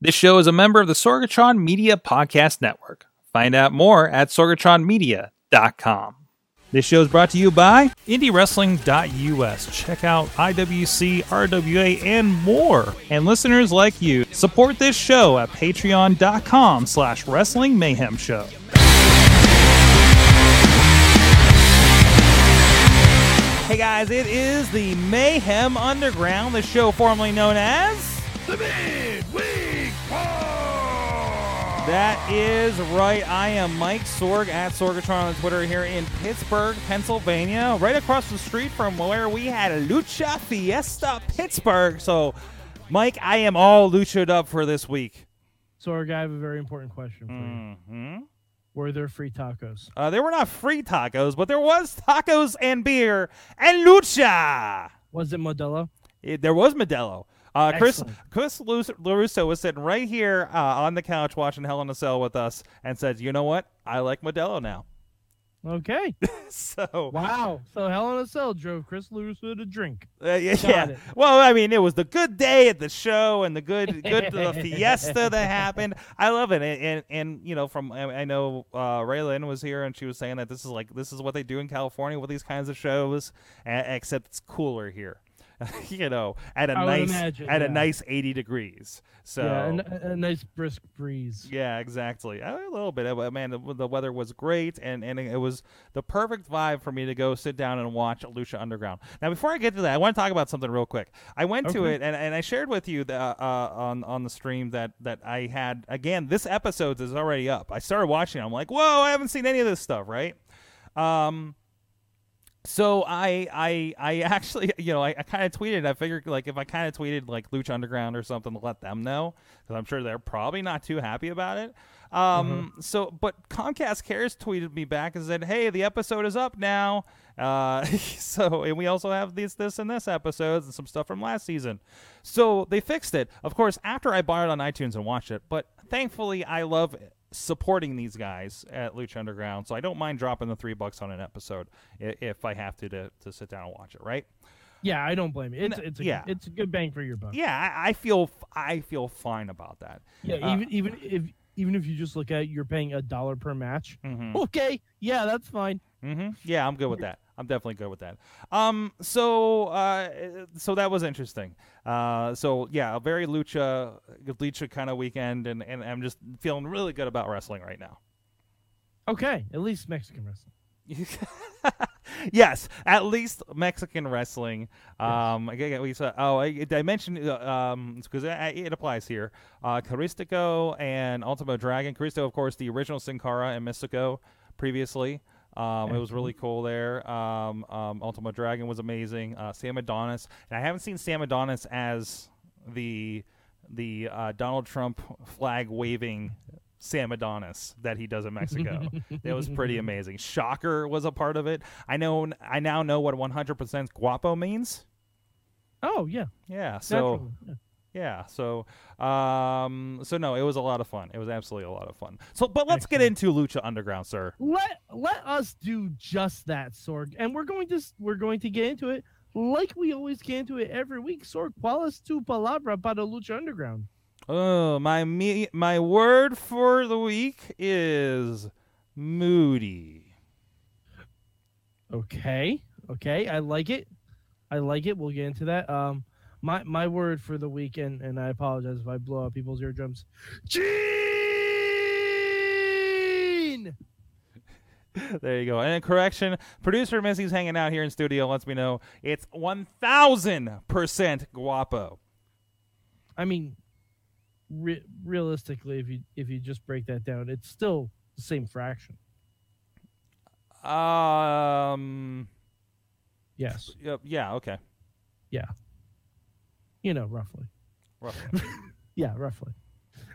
This show is a member of the Sorgatron Media Podcast Network. Find out more at sorgatronmedia.com. This show is brought to you by IndieWrestling.us. Check out IWC, RWA, and more. And listeners like you, support this show at patreon.com slash wrestling mayhem show. Hey guys, it is the Mayhem Underground, the show formerly known as That is right. I am Mike Sorg at Sorgatron on Twitter here in Pittsburgh, Pennsylvania, right across the street from where we had Lucha Fiesta Pittsburgh. So, Mike, I am all lucha'd up for this week. Sorg, I have a very important question for you. Mm-hmm. Were there free tacos? Uh, there were not free tacos, but there was tacos and beer and lucha. Was it Modelo? It, there was Modelo. Uh, Chris Excellent. Chris Lu- Larusso was sitting right here uh, on the couch watching Hell in a Cell with us, and said, "You know what? I like Modelo now." Okay. So Wow. So Hell in a Cell drove Chris Larusso to drink. Uh, yeah, Got yeah. it. Well, I mean, it was the good day at the show and the good, good the fiesta that happened. I love it, and and, and you know, from I, I know uh, Raylan was here and she was saying that this is like this is what they do in California with these kinds of shows, a- except it's cooler here. you know, at a I would nice imagine, at a yeah. nice eighty degrees. So Yeah, and a, a nice brisk breeze. yeah, exactly. A little bit. Uh, Man, the, the weather was great, and, and it was the perfect vibe for me to go sit down and watch Lucha Underground. Now, before I get to that, I want to talk about something real quick. I went to Okay. it, and, and I shared with you the, uh, uh, on on the stream that, that I had. Again, this episode is already up. I started watching. it. I'm like, whoa, I haven't seen any of this stuff, right? Um, so I I I actually you know I, I kind of tweeted. I figured like if I kind of tweeted like Lucha Underground or something to let them know because I'm sure they're probably not too happy about it. Um, so but Comcast Cares tweeted me back and said, "Hey, the episode is up now." Uh, so and we also have these this and this episodes and some stuff from last season. So they fixed it, of course, after I bought it on iTunes and watched it. But thankfully, I love supporting these guys at Lucha Underground, so I don't mind dropping the three bucks on an episode i- if I have to to, to sit down and watch it. Right? Yeah, I don't blame you. It's No, it's a, yeah. it's a good bang for your buck. Yeah, I, I feel f- I feel fine about that. Yeah, Uh, even even if even if you just look at it, you're paying a dollar per match. Mhm. Okay, yeah, that's fine. hmm Yeah, I'm good with that. I'm definitely good with that. Um, so, uh, so that was interesting. Uh, so yeah, a very lucha, lucha kind of weekend, and, and I'm just feeling really good about wrestling right now. Okay, at least Mexican wrestling. yes, at least Mexican wrestling. Um, I get- we saw, oh, I, I mentioned uh, um because it applies here. Uh, Caristico and Ultimo Dragon. Caristico, of course, the original Sin Cara and Mystico previously. Um, it was really cool there. Um, um, Ultimo Dragon was amazing. Uh, Sam Adonis, and I haven't seen Sam Adonis as the the uh, Donald Trump flag waving Sam Adonis that he does in Mexico. it was pretty amazing. Shocker was a part of it. I know. I now know what 100% guapo means. Oh yeah, Yeah. So. naturally, yeah. Yeah. So, um, so no, it was a lot of fun. It was absolutely a lot of fun. So, but let's get into Lucha Underground, sir. let let us do just that, Sorg, and we're going to s- we're going to get into it like we always get into it every week. Sorg, ¿cuál es tu palabra para lucha underground? Oh, my me, my word for the week is moody. Okay, okay, I like it, I like it. We'll get into that. Um, my my word for the week, and and I apologize if I blow out people's eardrums. Gene. There you go. And a correction, producer Missy's hanging out here in studio. Lets me know it's one thousand percent guapo. I mean, re- realistically, if you if you just break that down, it's still the same fraction. Um. Yes, yep, Yeah. Okay. you know roughly. Roughly. Yeah, roughly.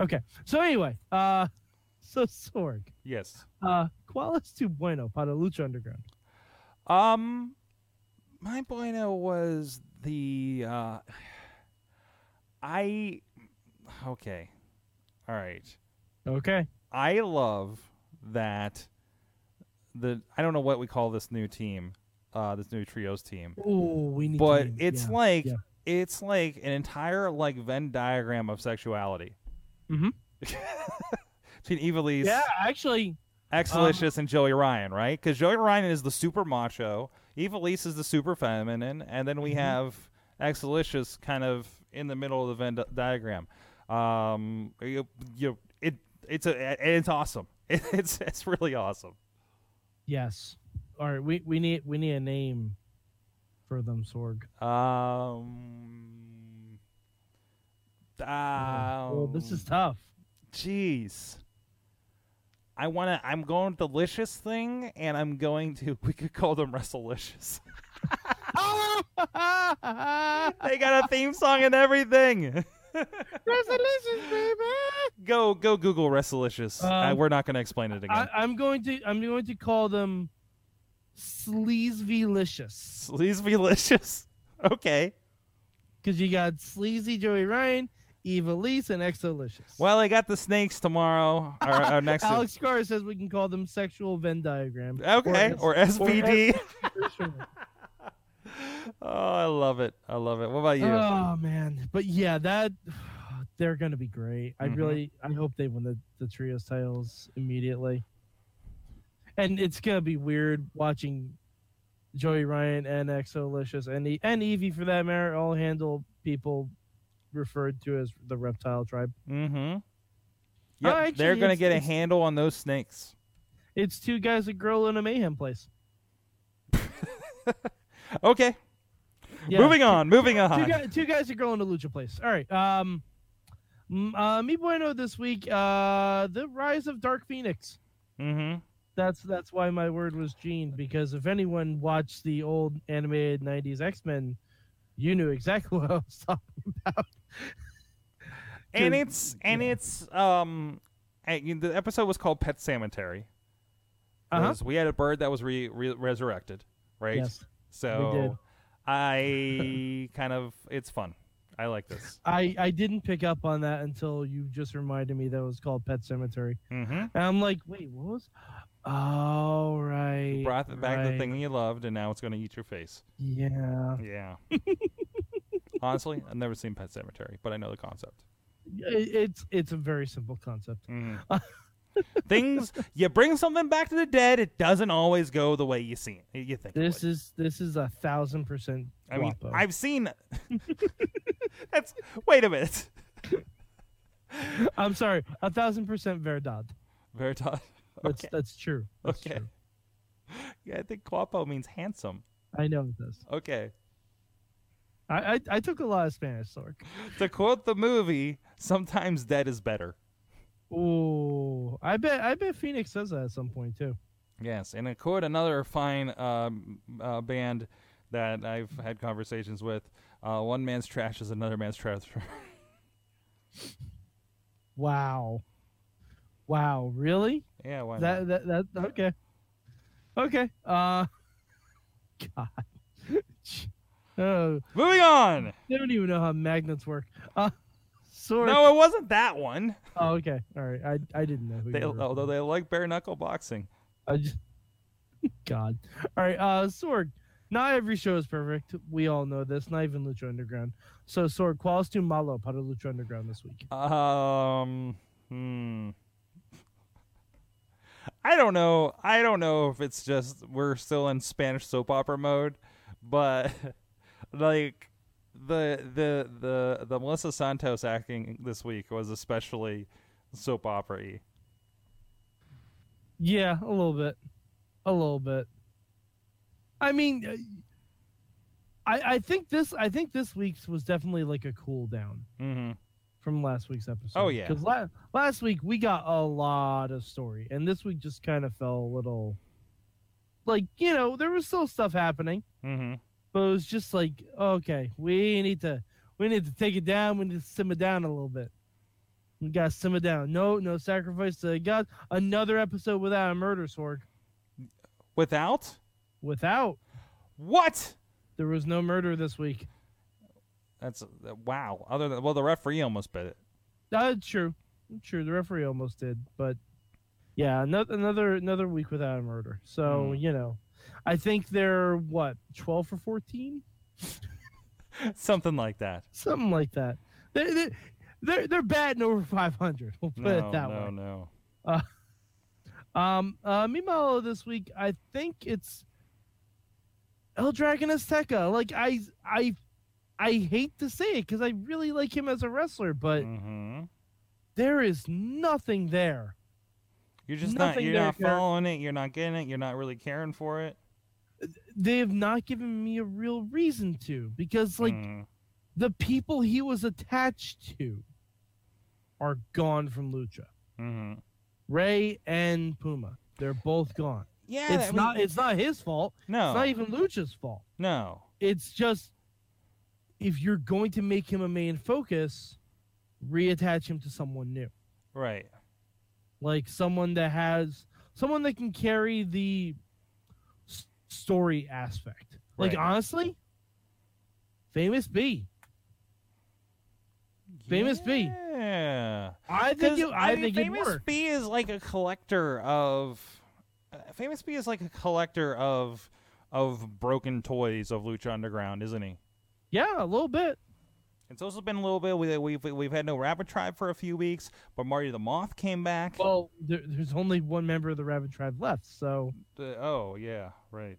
Okay. So anyway, uh so Sorg. yes. Uh ¿Cuál es tu bueno para Lucha oh, Underground? Um, my bueno was the uh, I okay, all right. Okay. I love that the I don't know what we call this new team, uh, this new trios team, Oh, we need but to name- it's yeah. like yeah. it's like an entire like Venn diagram of sexuality. Mhm. Between Eva Lee's Yeah, actually, Exalicious Um, and Joey Ryan, right? Because Joey Ryan is the super macho, Eva Lise is the super feminine, and then we Mhm. have Exalicious kind of in the middle of the Venn di- diagram. Um, you, you, it it's a it's awesome. It's it's really awesome. yes. All right, we, we need we need a name for them, Sorg. Um, Oh, well, this um, is tough. Jeez. I wanna I'm going delicious thing and I'm going to we could call them Wrestlelicious. they got a theme song and everything. Resolutions, baby. go go Google Wrestlelicious. uh, Um, we're not gonna explain it again. I, I'm going to I'm going to call them sleazevylicious Please be licious. Okay. because you got sleazy Joey Ryan, Eva Lise, and Exolicious. Well, I got the snakes tomorrow or, or next. Alex Carr says we can call them sexual Venn diagram. okay, or or, SVD. For sure. oh, I love it. I love it. What about you? Oh man, but yeah, that they're gonna be great. I Mhm. really I hope they win the the trios titles immediately. And it's gonna be weird watching Joey Ryan and Exolicious and e- and Evie for that matter all handle people referred to as the Reptile Tribe. mm-hmm. Oh, Yep, actually, they're gonna it's- get a it's- handle on those snakes. It's two guys that grow in a mayhem place. Okay, Yeah. moving on. Moving two, on. guys, two guys are going to Lucha Place. All right. Um, m- uh, Mi Bueno this week. Uh, the Rise of Dark Phoenix. Mm-hmm. That's that's why my word was Gene because if anyone watched the old animated '90s X-Men, you knew exactly what I was talking. and 'Cause- it's and yeah. it's um and you- the episode was called pet cemetery Uh-huh. 'Cause we had a bird that was re- re- resurrected right Yes, so did. i kind of it's fun i like this I I didn't pick up on that until you just reminded me that it was called Pet Cemetery, mm-hmm. and I'm like, wait, what was? Oh right, brought th- back the right. Uh-huh. thing you loved and now it's going to eat your face Yeah, yeah honestly i've never seen pet cemetery but i know the concept It- it's it's a very simple concept. Mhm. things you bring something back to the dead it doesn't always go the way you see it you think it would. This is this is a thousand percent. I mean, Guapo. I've seen. That's wait a minute. I'm sorry, a thousand percent Verdad. Veritas. That's Okay. that's true. That's Okay. true. Yeah, I think guapo means handsome. I know it does. Okay. I, I, I took a lot of Spanish, Sork. To quote the movie, sometimes dead is better. Ooh, I bet I bet Phoenix says that at some point too. Yes, and to quote another fine um, uh, band that I've had conversations with, uh, one man's trash is another man's trash. Wow, wow, really? yeah, why not? That, that that okay, okay. Uh, God, oh, Moving on. they don't even know how magnets work. Uh, Sork. No, it wasn't that one. Oh, okay. All right. I I didn't know who. They, you were. although they like bare knuckle boxing. I just, God. All right, uh, Sorg. Not every show is perfect. We all know this. Not even Lucha Underground. So Sorg, qual es tu malo para Lucha Underground this week? Um, hmm. I don't know. I don't know if it's just we're still in Spanish soap opera mode, but like the the the the Melissa Santos acting this week was especially soap opera-y. Yeah, a little bit, a little bit. I mean, uh, I I think this I think this week's was definitely like a cool down Mhm. from last week's episode. Oh, yeah. because la- last week we got a lot of story, and this week just kind of fell a little, like you know, there was still stuff happening. Mhm. but it was just like okay we need to we need to take it down we need to simmer down a little bit we gotta simmer down no no sacrifice to god another episode without a murder sword Without without what? there was no murder this week That's uh, wow. Other than well, the referee almost bit it. that's Uh, true true the referee almost did but yeah another another another week without a murder so Hmm. you know i think they're what 12 for 14 Something like that. something like that. They- they- they're they're batting over 500. We'll put no, it that no, way. no. Um, uh, meanwhile, this week I think it's El Dragon Azteca. Like I, I, I hate to say it because I really like him as a wrestler, but Mhm. there is nothing there. You're just not. nothing You're there, not Garrett. following it. You're not getting it. You're not really caring for it. They have not given me a real reason to because like Mm. the people he was attached to are gone from Lucha. Mhm. Ray and Puma, they're both gone. Yeah, It's that- not. It's not his fault. no, It's not even Lucha's fault. no. it's just if you're going to make him a main focus, reattach him to someone new, Right. like someone that has someone that can carry the s- story aspect. Like Right. honestly, Famous B. Famous B. Yeah. I think 'Cause, you. I, mean, think it Famous work. B is like a collector of. uh, Famous B is like a collector of of broken toys of Lucha Underground, isn't he? yeah, a little bit. It's also been a little bit. We, we've we've had no Rabbit Tribe for a few weeks, but Marty the Moth came back. Well, there, there's only one member of the Rabbit Tribe left. So Uh, oh yeah, right.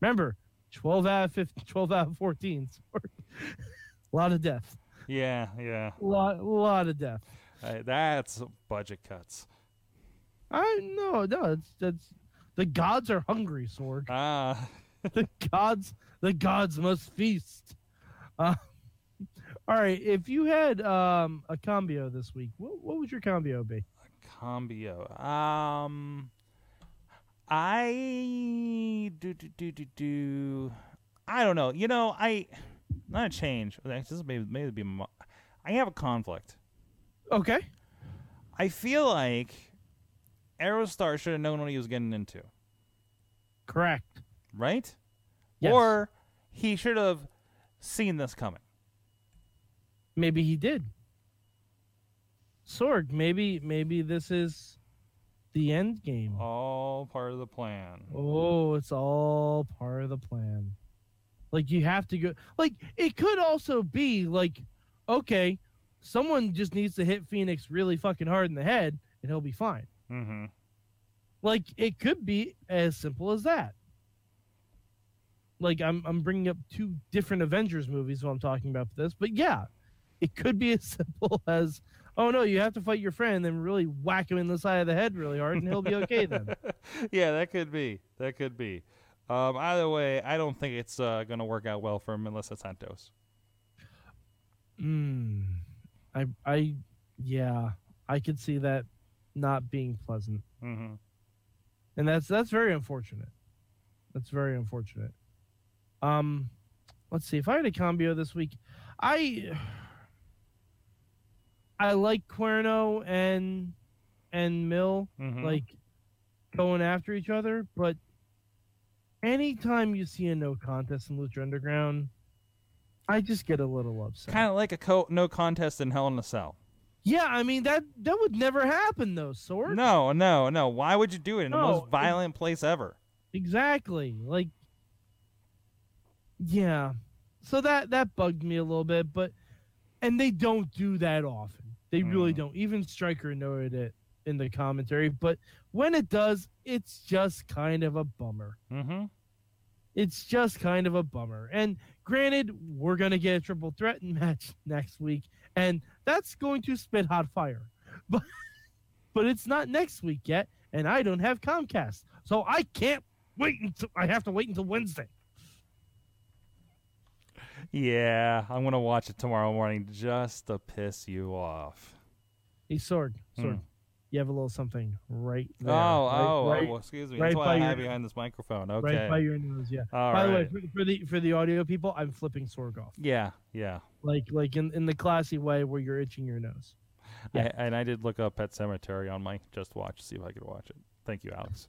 remember, twelve out of 15, twelve out of fourteen. Sorry. a lot of death. Yeah, yeah. A lot, lot of death. Uh, that's budget cuts. I no, no, it's that's the gods are hungry, Sorg. Ah, the gods the gods must feast. Uh, all right, if you had um a combio this week, what, what would your combio be? combio. Um, I do do do do do. I don't know. You know, I not a change. This is maybe maybe be. My, I have a conflict. Okay. I feel like Aerostar should have known what he was getting into, Correct. right? Yes. Or he should have seen this coming. Maybe he did. Sorg, maybe maybe this is the end game. All part of the plan. Oh, it's all part of the plan. Like you have to go. Like it could also be like, okay, someone just needs to hit Phoenix really fucking hard in the head, and he'll be fine. Mm-hmm. Like it could be as simple as that. Like I'm I'm bringing up two different Avengers movies when I'm talking about this, but yeah, it could be as simple as, oh no, you have to fight your friend, then really whack him in the side of the head really hard, and he'll be okay then. yeah, that could be. That could be. Um, either way, I don't think it's uh, going to work out well for him unless it's Santos. Mm, I, I, yeah, I could see that not being pleasant, Mm-hmm. and that's that's very unfortunate. That's very unfortunate. Um, let's see. If I had a combio this week, I, I like Cuerno and and Mill Mm-hmm. like going after each other, but anytime you see a no contest in Lucha Underground, I just get a little upset. kind of like a co- no contest in Hell in a Cell. Yeah, I mean that that would never happen though, Sword. No, no, no. Why would you do it in the No, most it- violent place ever? Exactly. Like Yeah. So that that bugged me a little bit, but and they don't do that often. They really Mhm. don't. Even Stryker noted it in the commentary, but when it does, it's just kind of a bummer. Mm-hmm. It's just kind of a bummer. And granted, we're gonna get a triple threat match next week, and that's going to spit hot fire. But but it's not next week yet, and I don't have Comcast, so I can't wait until I have to wait until Wednesday. Yeah, I'm going to watch it tomorrow morning just to piss you off. Hey Sorg, Sorg, Hmm. you have a little something right there. Oh, right, oh, right, oh, well, excuse me. right That's why by I your- have behind this microphone. Okay. right by your nose. Yeah. All by the way, right. for, for the for the audio people, I'm flipping Sorg off, yeah, yeah. like like in, in the classy way where you're itching your nose. Yeah. I, and I did look up Pet Cemetery on my Just Watch to see if I could watch it. Thank you, Alex.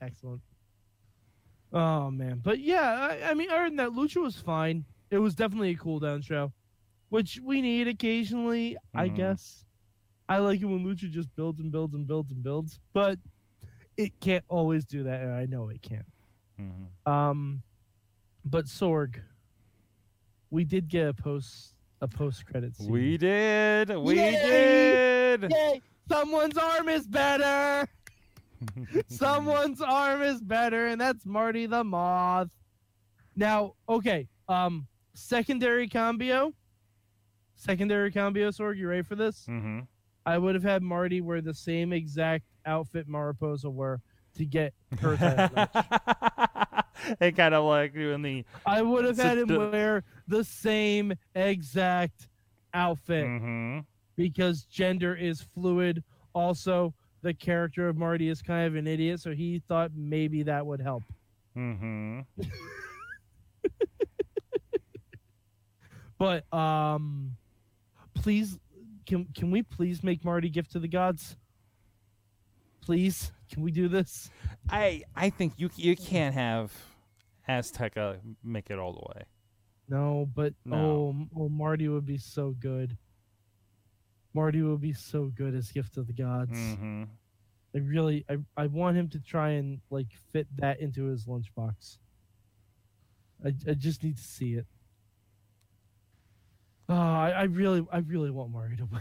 Excellent. Oh man, but yeah, I, I mean, other than that, Lucha was fine. It was definitely a cool down show, which we need occasionally, I Mhm. guess. I like it when Lucha just builds and builds and builds and builds, but it can't always do that, and I know it can't. Mm-hmm. Um, but Sorg, we did get a post a post credit scene. We did. We Yay! did. Yay! Someone's arm is better. Someone's arm is better, and that's Marty the Moth. Now, okay. Um, secondary combio. Secondary combio, Sorg. You ready for this? hmm I would have had Marty wear the same exact outfit Mariposa wore to get her title. match. they kind of like doing the. I would have So had him the- wear the same exact outfit hmm because gender is fluid. Also, the character of Marty is kind of an idiot, so he thought maybe that would help. hmm But um please can can we please make Marty gift to the gods? Please, can we do this? I I think you you can't have Azteca make it all the way. No, but No. oh, oh Marty would be so good. Marty would be so good as gift to the gods. hmm I really I, I want him to try and like fit that into his lunchbox. I, I just need to see it. Oh, I, I really I really want Mario to win.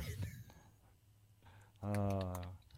Uh,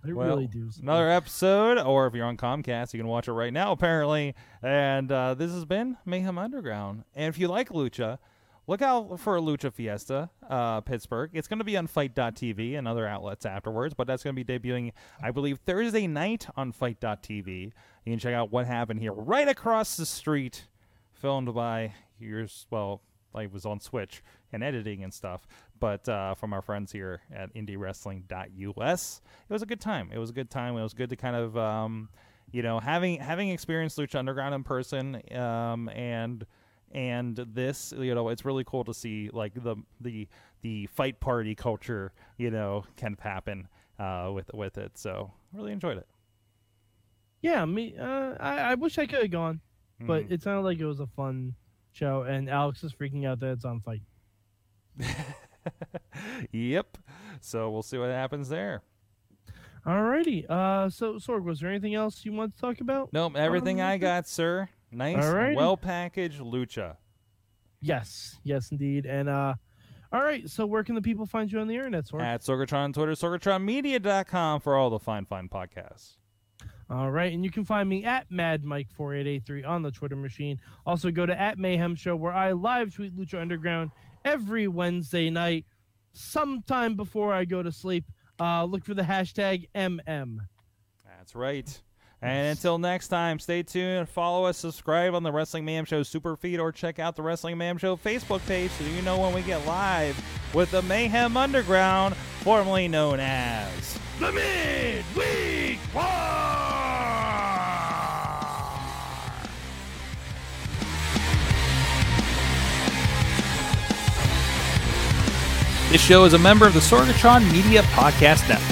I Well, really do. another episode, or if you're on Comcast, you can watch it right now, apparently. And uh, this has been Mayhem Underground. And if you like Lucha, look out for Lucha Fiesta, uh, Pittsburgh. It's going to be on Fight.tv and other outlets afterwards, but that's going to be debuting, I believe, Thursday night on Fight.tv. You can check out what happened here right across the street, filmed by yours, well, I was on Switch and editing and stuff, but uh, from our friends here at IndieWrestling.us, it was a good time. It was a good time. It was good to kind of, um, you know, having having experienced Lucha Underground in person, um, and and this, you know, it's really cool to see like the the the fight party culture, you know, can happen uh, with with it. So really enjoyed it. yeah, me. Uh, I I wish I could have gone, but Mhm. it sounded like it was a fun show. And Alex is freaking out that it's on fight. yep. So we'll see what happens there. Alrighty. Uh, so Sorg, was there anything else you want to talk about? Nope, everything I Alrighty. got, sir. Nice, Alrighty. well packaged lucha. Yes, yes, indeed. And uh, all right. So where can the people find you on the internet, Sorg? At Sorgatron on Twitter, sorgatronmedia.com for all the fine, fine podcasts. All right, and you can find me at MadMike4883 on the Twitter machine. Also, go to at Mayhem Show where I live tweet Lucha Underground every Wednesday night, sometime before I go to sleep. Uh, look for the hashtag MM. That's right. And until next time, stay tuned, follow us, subscribe on the Wrestling Mayhem Show super feed, or check out the Wrestling Mayhem Show Facebook page so you know when we get live with the Mayhem Underground, formerly known as the Midweek War. This show is a member of the Sorgatron Media Podcast Network.